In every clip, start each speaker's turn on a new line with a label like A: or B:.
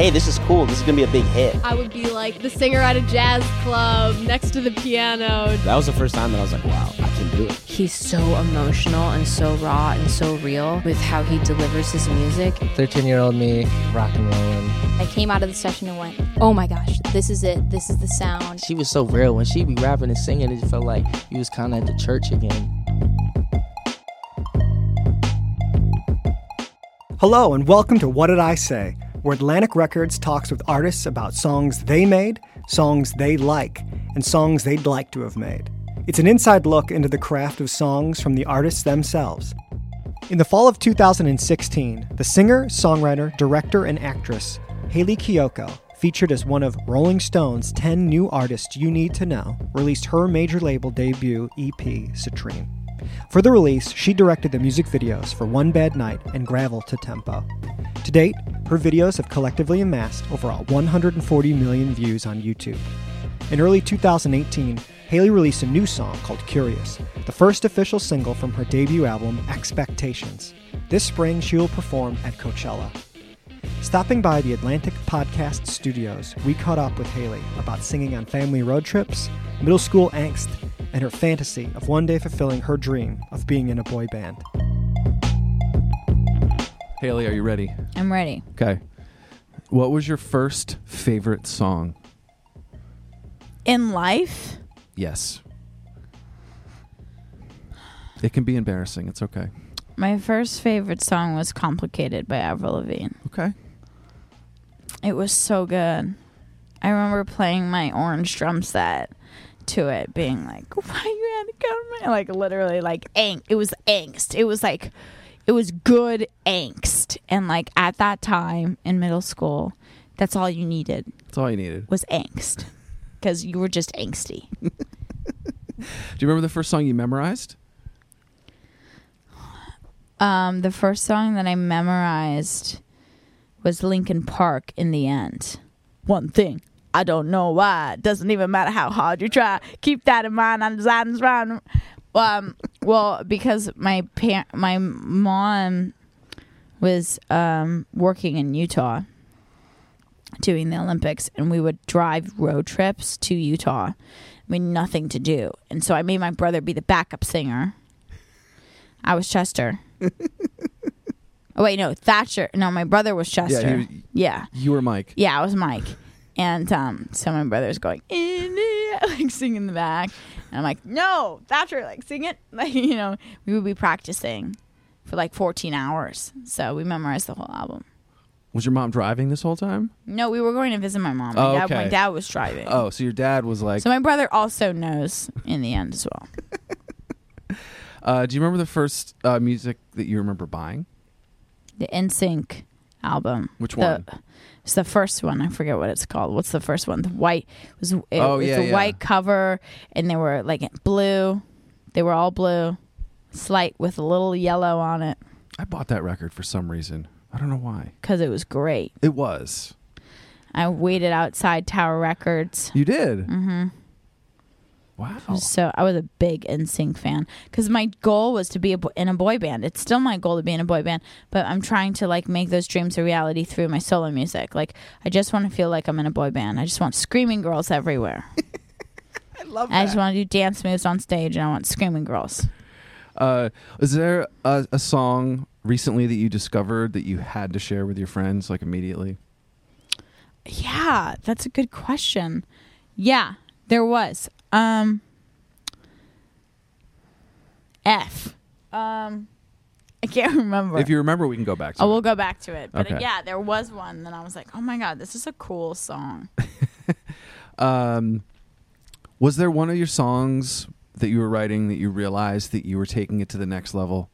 A: hey, this is cool. This is going to be a big hit.
B: I would be like the singer at a jazz club next to the piano.
A: That was the first time that I was like, wow, I can do it.
C: He's so emotional and so raw and so real with how he delivers his music.
D: 13 year old me, rock and rolling.
E: I came out of the session and went, oh my gosh, this is it. This is the sound.
F: She was so real. When she be rapping and singing, it felt like you was kind of at the church again.
G: Hello, and welcome to What Did I Say, where Atlantic Records talks with artists about songs they made, songs they like, and songs they'd like to have made. It's an inside look into the craft of songs from the artists themselves. In the fall of 2016, the singer, songwriter, director, and actress Haley Kiyoko, featured as one of Rolling Stone's 10 new artists you need to know, released her major label debut EP, Citrine. For the release, she directed the music videos for One Bad Night and Gravel to Tempo. To date, her videos have collectively amassed over 140 million views on YouTube. In early 2018, Haley released a new song called Curious, the first official single from her debut album, Expectations. This spring, she will perform at Coachella. Stopping by the Atlantic Podcast Studios, we caught up with Haley about singing on family road trips, middle school angst, and her fantasy of one day fulfilling her dream of being in a boy band.
H: Haley, are you ready?
I: I'm ready.
H: Okay. What was your first favorite song?
I: In life,
H: Yes. It can be embarrassing. It's okay.
I: my first favorite song was Complicated by Avril Lavigne.
H: Okay.
I: It was so good. I remember playing my orange drum set to it, being like, why you had to come? in?" Like, literally, like, ang- it was angst. It was like, it was good angst. And, like, at that time in middle school, that's all you needed
H: That's all you needed.
I: was angst because you were just angsty.
H: Do you remember the first song you memorized?
I: Um, the first song that I memorized was Linkin Park in the end. One thing. I don't know why. It doesn't even matter how hard you try. Keep that in mind. I'm designing this round. Um, well, because my par- my mom was um, working in Utah doing the Olympics, and we would drive road trips to Utah. We had nothing to do. And so I made my brother be the backup singer. I was Chester. oh wait, no, Thatcher. No, my brother was Chester. Yeah,
H: Yeah, he-
I: yeah,
H: You were Mike.
I: I was Mike. And um, so my brother's going in it, like singing in the back, and I'm like, no, Thatcher, like sing it, like you know, we would be practicing for like 14 hours, so we memorized the whole album.
H: Was your mom driving this whole time?
I: No, we were going to visit my mom. My,
H: Oh,
I: dad,
H: okay.
I: my dad was driving.
H: Oh, so your dad was like,
I: So my brother also knows in the end as well.
H: uh, Do you remember the first uh, music that you remember buying?
I: The NSYNC album.
H: Which
I: The-
H: one?
I: It's the first one. I forget what it's called. What's the first one? The white it was it,
H: Oh,
I: it's
H: yeah,
I: a
H: yeah.
I: white cover and they were like blue. They were all blue. Slight with a little yellow on it
H: I bought that record for some reason. I don't know why.
I: cuz it was great.
H: It was.
I: I waited outside Tower Records.
H: You did? Mm hmm. Wow.
I: So I Mm-hmm. was a big NSYNC fan because my goal was to be a bo- in a boy band. It's still my goal to be in a boy band, but I'm trying to like make those dreams a reality through my solo music. Like I just want to feel like I'm in a boy band. I just want screaming girls everywhere. I love. I just want to do dance moves on stage, and I want screaming girls.
H: Uh, is there a, a song recently that you discovered that you had to share with your friends like immediately?
I: Yeah, that's a good question. Yeah, there was. Um F. Um I can't remember.
H: If you remember, we can go back to
I: oh,
H: it.
I: we'll go back to it. But
H: Okay.
I: yeah, there was one that I was like, "Oh my god, this is a cool song."
H: um, was there one of your songs that you were writing that you realized that you were taking it to the next level?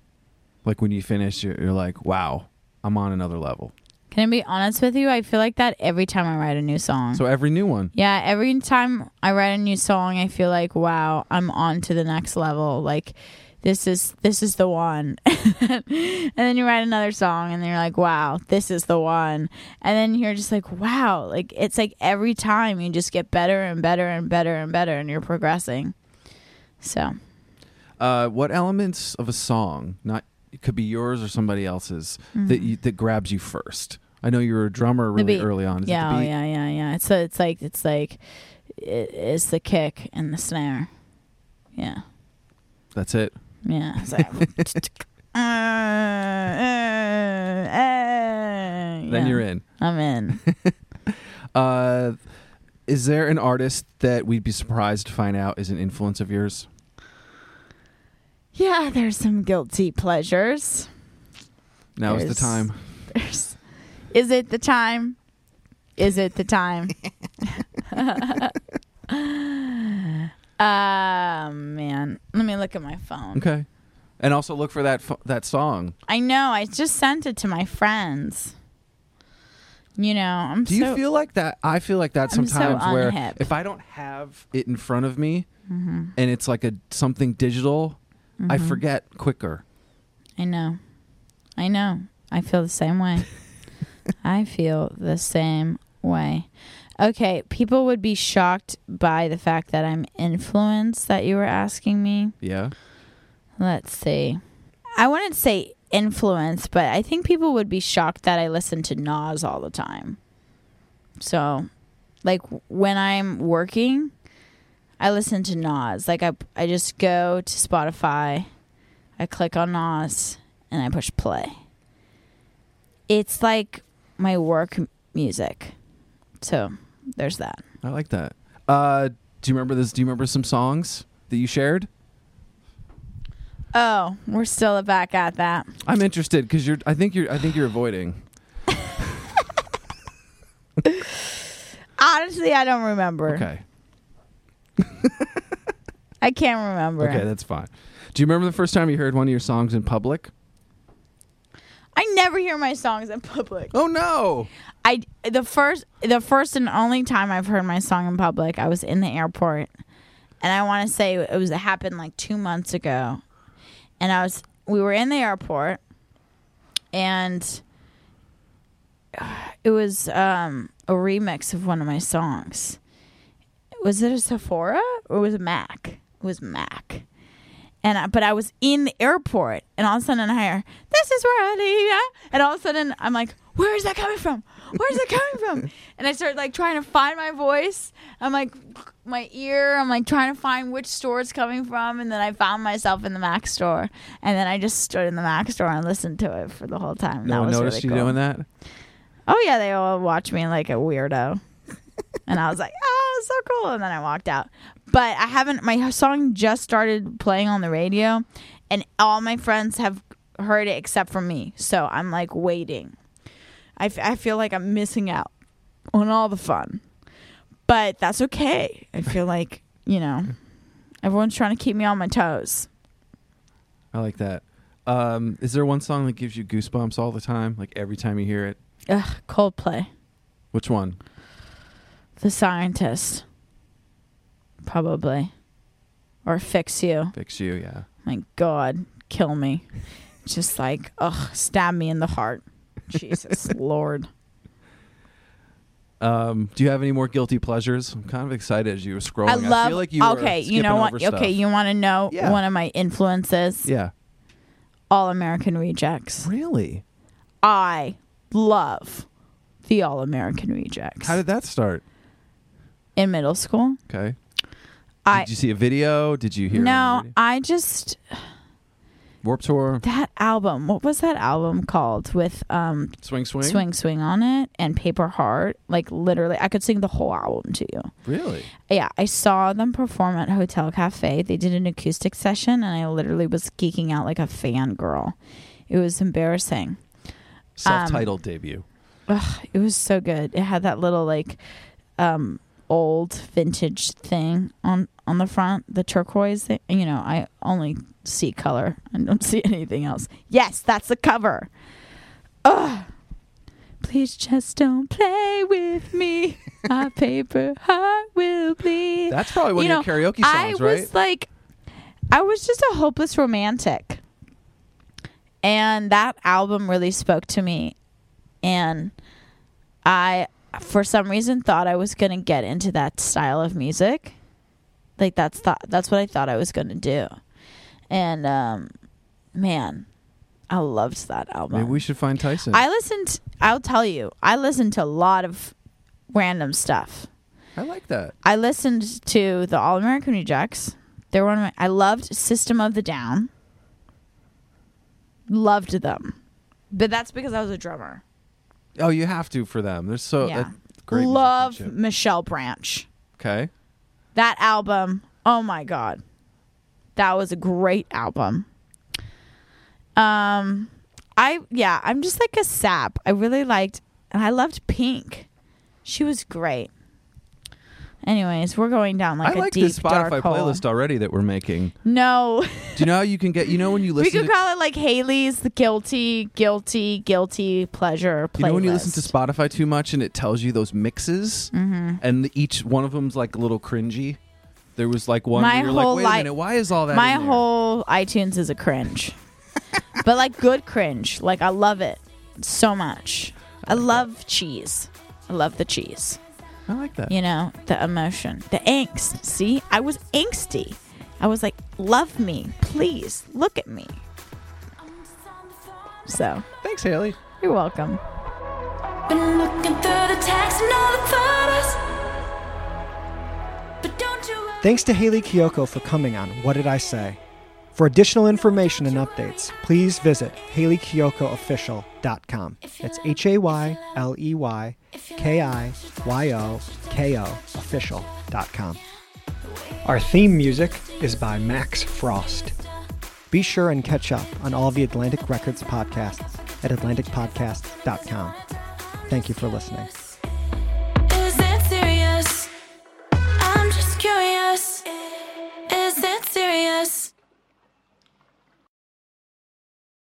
H: Like when you finished, you're, you're like, wow, I'm on another level.
I: Can I be honest with you? I feel like that every time I write a new song.
H: So every new one.
I: Yeah, every time I write a new song, I feel like, wow, I'm on to the next level. Like this is this is the one. and then you write another song and then you're like, wow, this is the one. And then you're just like, wow, like it's like every time you just get better and better and better and better and you're progressing. So,
H: Uh, what
I: mm.
H: elements of a song, not it could be yours or somebody else's, that you, that grabs you first? I know you were a drummer
I: Mm-hmm. The
H: really
I: beat.
H: early on. Is it the
I: yeah, oh,
H: beat?
I: yeah, yeah, yeah. It's a, it's like it's like it, it's the kick and the snare. Yeah,
H: That's it.
I: yeah. It's like, uh, uh, uh,
H: Then
I: yeah.
H: you're in.
I: I'm in.
H: Uh, is there an artist that we'd be surprised to find out is an influence of yours?
I: yeah, there's some guilty pleasures.
H: Now is the
I: There's-
H: time.
I: There's, is it the time? Is it the time? Ah man, let me look at my phone.
H: Okay. And also look for that fu- that song.
I: I know. I just sent it to my friends. You know, I'm
H: Do you
I: so.
H: feel like that? I feel like that
I: I'm so
H: sometimes where
I: unhip. Mm-hmm.
H: if I don't have it in front of me and it's like a something digital, I forget quicker.
I: I know. I know. I feel the same way. I feel the same way. Okay, people would be shocked by the fact that I'm influenced that you were asking me.
H: Yeah.
I: Let's see. I wouldn't say influence, but I think people would be shocked that I listen to Nas all the time. So, like when I'm working, I listen to Nas. Like I, I just go to Spotify, I click on Nas, and I push play. It's like my work m- music. So there's that.
H: I like that. Uh, do you remember this? Do you remember some songs that you shared?
I: Oh, we're still back at that.
H: I'm interested because you're. I think you're. I think you're avoiding.
I: Honestly, I don't remember.
H: Okay.
I: I can't remember.
H: Okay, that's fine. Do you remember the first time you heard one of your songs in public?
I: I never hear my songs in public.
H: Oh no!
I: I the first the first and only time I've heard my song in public, I was in the airport, and I want to say it was it happened like two months ago, and I was we were in the airport, and it was um, a remix of one of my songs. Was it a Sephora or was it Mac? It was Mac. And I, but I was in the airport, and all of a sudden I hear, "This is where I live," yeah?" and all of a sudden I'm like, "Where is that coming from? Where is that coming from?" And I start like trying to find my voice. I'm like, my ear. I'm like trying to find which store it's coming from, and then I found myself in the Mac store, and then I just stood in the Mac store and listened to it for the whole time. and
H: no
I: that
H: one
I: was
H: noticed
I: really
H: you
I: cool.
H: doing that.
I: Oh yeah, they all watch me like a weirdo. and I was like, "Oh, so cool." And then I walked out. But I haven't my song just started playing on the radio and all my friends have heard it except for me. So I'm like waiting. I, f- I feel like I'm missing out on all the fun. But that's okay. I feel like, you know, everyone's trying to keep me on my toes.
H: I like that. Um, is there one song that gives you goosebumps all the time? Like every time you hear it?
I: Ugh, Coldplay,
H: Which one?
I: The Scientist. Probably. Or Fix You.
H: Fix you, yeah.
I: My God, kill me. Just like, ugh, stab me in the heart. Jesus Lord.
H: Um, do you have any more guilty pleasures? I'm kind of excited as you were scrolling.
I: I love.
H: feel like you were
I: okay, you
H: skipping
I: know what?
H: over stuff.
I: Okay, you want to know
H: Yeah.
I: one of my influences?
H: Yeah.
I: All American Rejects.
H: Really?
I: I love the All American Rejects.
H: How did that start?
I: in middle school,
H: Okay.
I: I
H: did you see a video? Did you hear? it on the
I: no,
H: radio?
I: I just
H: Warp Tour,
I: that album. What was that album called with um
H: Swing Swing.
I: Swing Swing on it and Paper Heart? Like literally, I could sing the whole album to you.
H: Really?
I: yeah, I saw them perform at Hotel Cafe. They did an acoustic session, and I literally was geeking out like a fangirl. It was embarrassing. Um,
H: Self-titled debut.
I: It was so good. It had that little like um, old vintage thing on on the front, the turquoise thing. You know, I only see color. I don't see anything else. Yes, that's the cover. Ugh. Please just don't play with me. My paper heart will bleed.
H: That's probably one
I: You
H: of your karaoke songs,
I: I
H: right?
I: was like, I was just a hopeless romantic. And that album really spoke to me. And I, for some reason, thought I was going to get into that style of music. Like, that's, th- that's what I thought I was going to do. And, um, man, I loved that album.
H: Maybe we should find Tyson.
I: I listened. I'll tell you. I listened to a lot of random stuff.
H: I like that.
I: I listened to the All American Rejects. They're one. Of my, I loved System of the Down. Loved them, but that's because I was a drummer.
H: Oh, you have to for them. They're so
I: Yeah.
H: that- Oh, great.
I: Love
H: musicianship.
I: Michelle Branch.
H: Okay.
I: That album. Oh my god, that was a great album. Um, I yeah, I'm just like a sap. I really liked, and I loved Pink. She was great. Anyways, we're going down like
H: I
I: a
H: like
I: deep
H: this Spotify
I: dark hole.
H: playlist already that we're making.
I: No,
H: Do you know how you can get? You know when you
I: we
H: listen.
I: could
H: to,
I: call it like Haley's the guilty, guilty, guilty pleasure playlist. Mm-hmm.
H: You know when you listen to Spotify too much and it tells you those mixes, and each one of them's like a little cringy. There was like one.
I: My
H: where you're
I: whole
H: like, Wait
I: li-
H: a minute, why is all that?
I: My
H: in there?"
I: whole iTunes is a cringe, but like good cringe. Like I love it so much. I love cheese. I love the cheese.
H: I like that.
I: You know the emotion, the angst. See, I was angsty. I was like, love me, please look at me. So
H: Thanks, Haley.
I: you're welcome.
J: Been looking through the text and all the photos. But don't you worry.
G: Thanks to Haley Kiyoko for coming on What Did I Say? For additional information and updates, please visit HaleyKiyokoOfficial.com. That's H A Y L E Y K I Y O K O official.com. Our theme music is by Max Frost. Be sure and catch up on all the Atlantic Records podcasts at AtlanticPodcasts.com. Thank you for listening.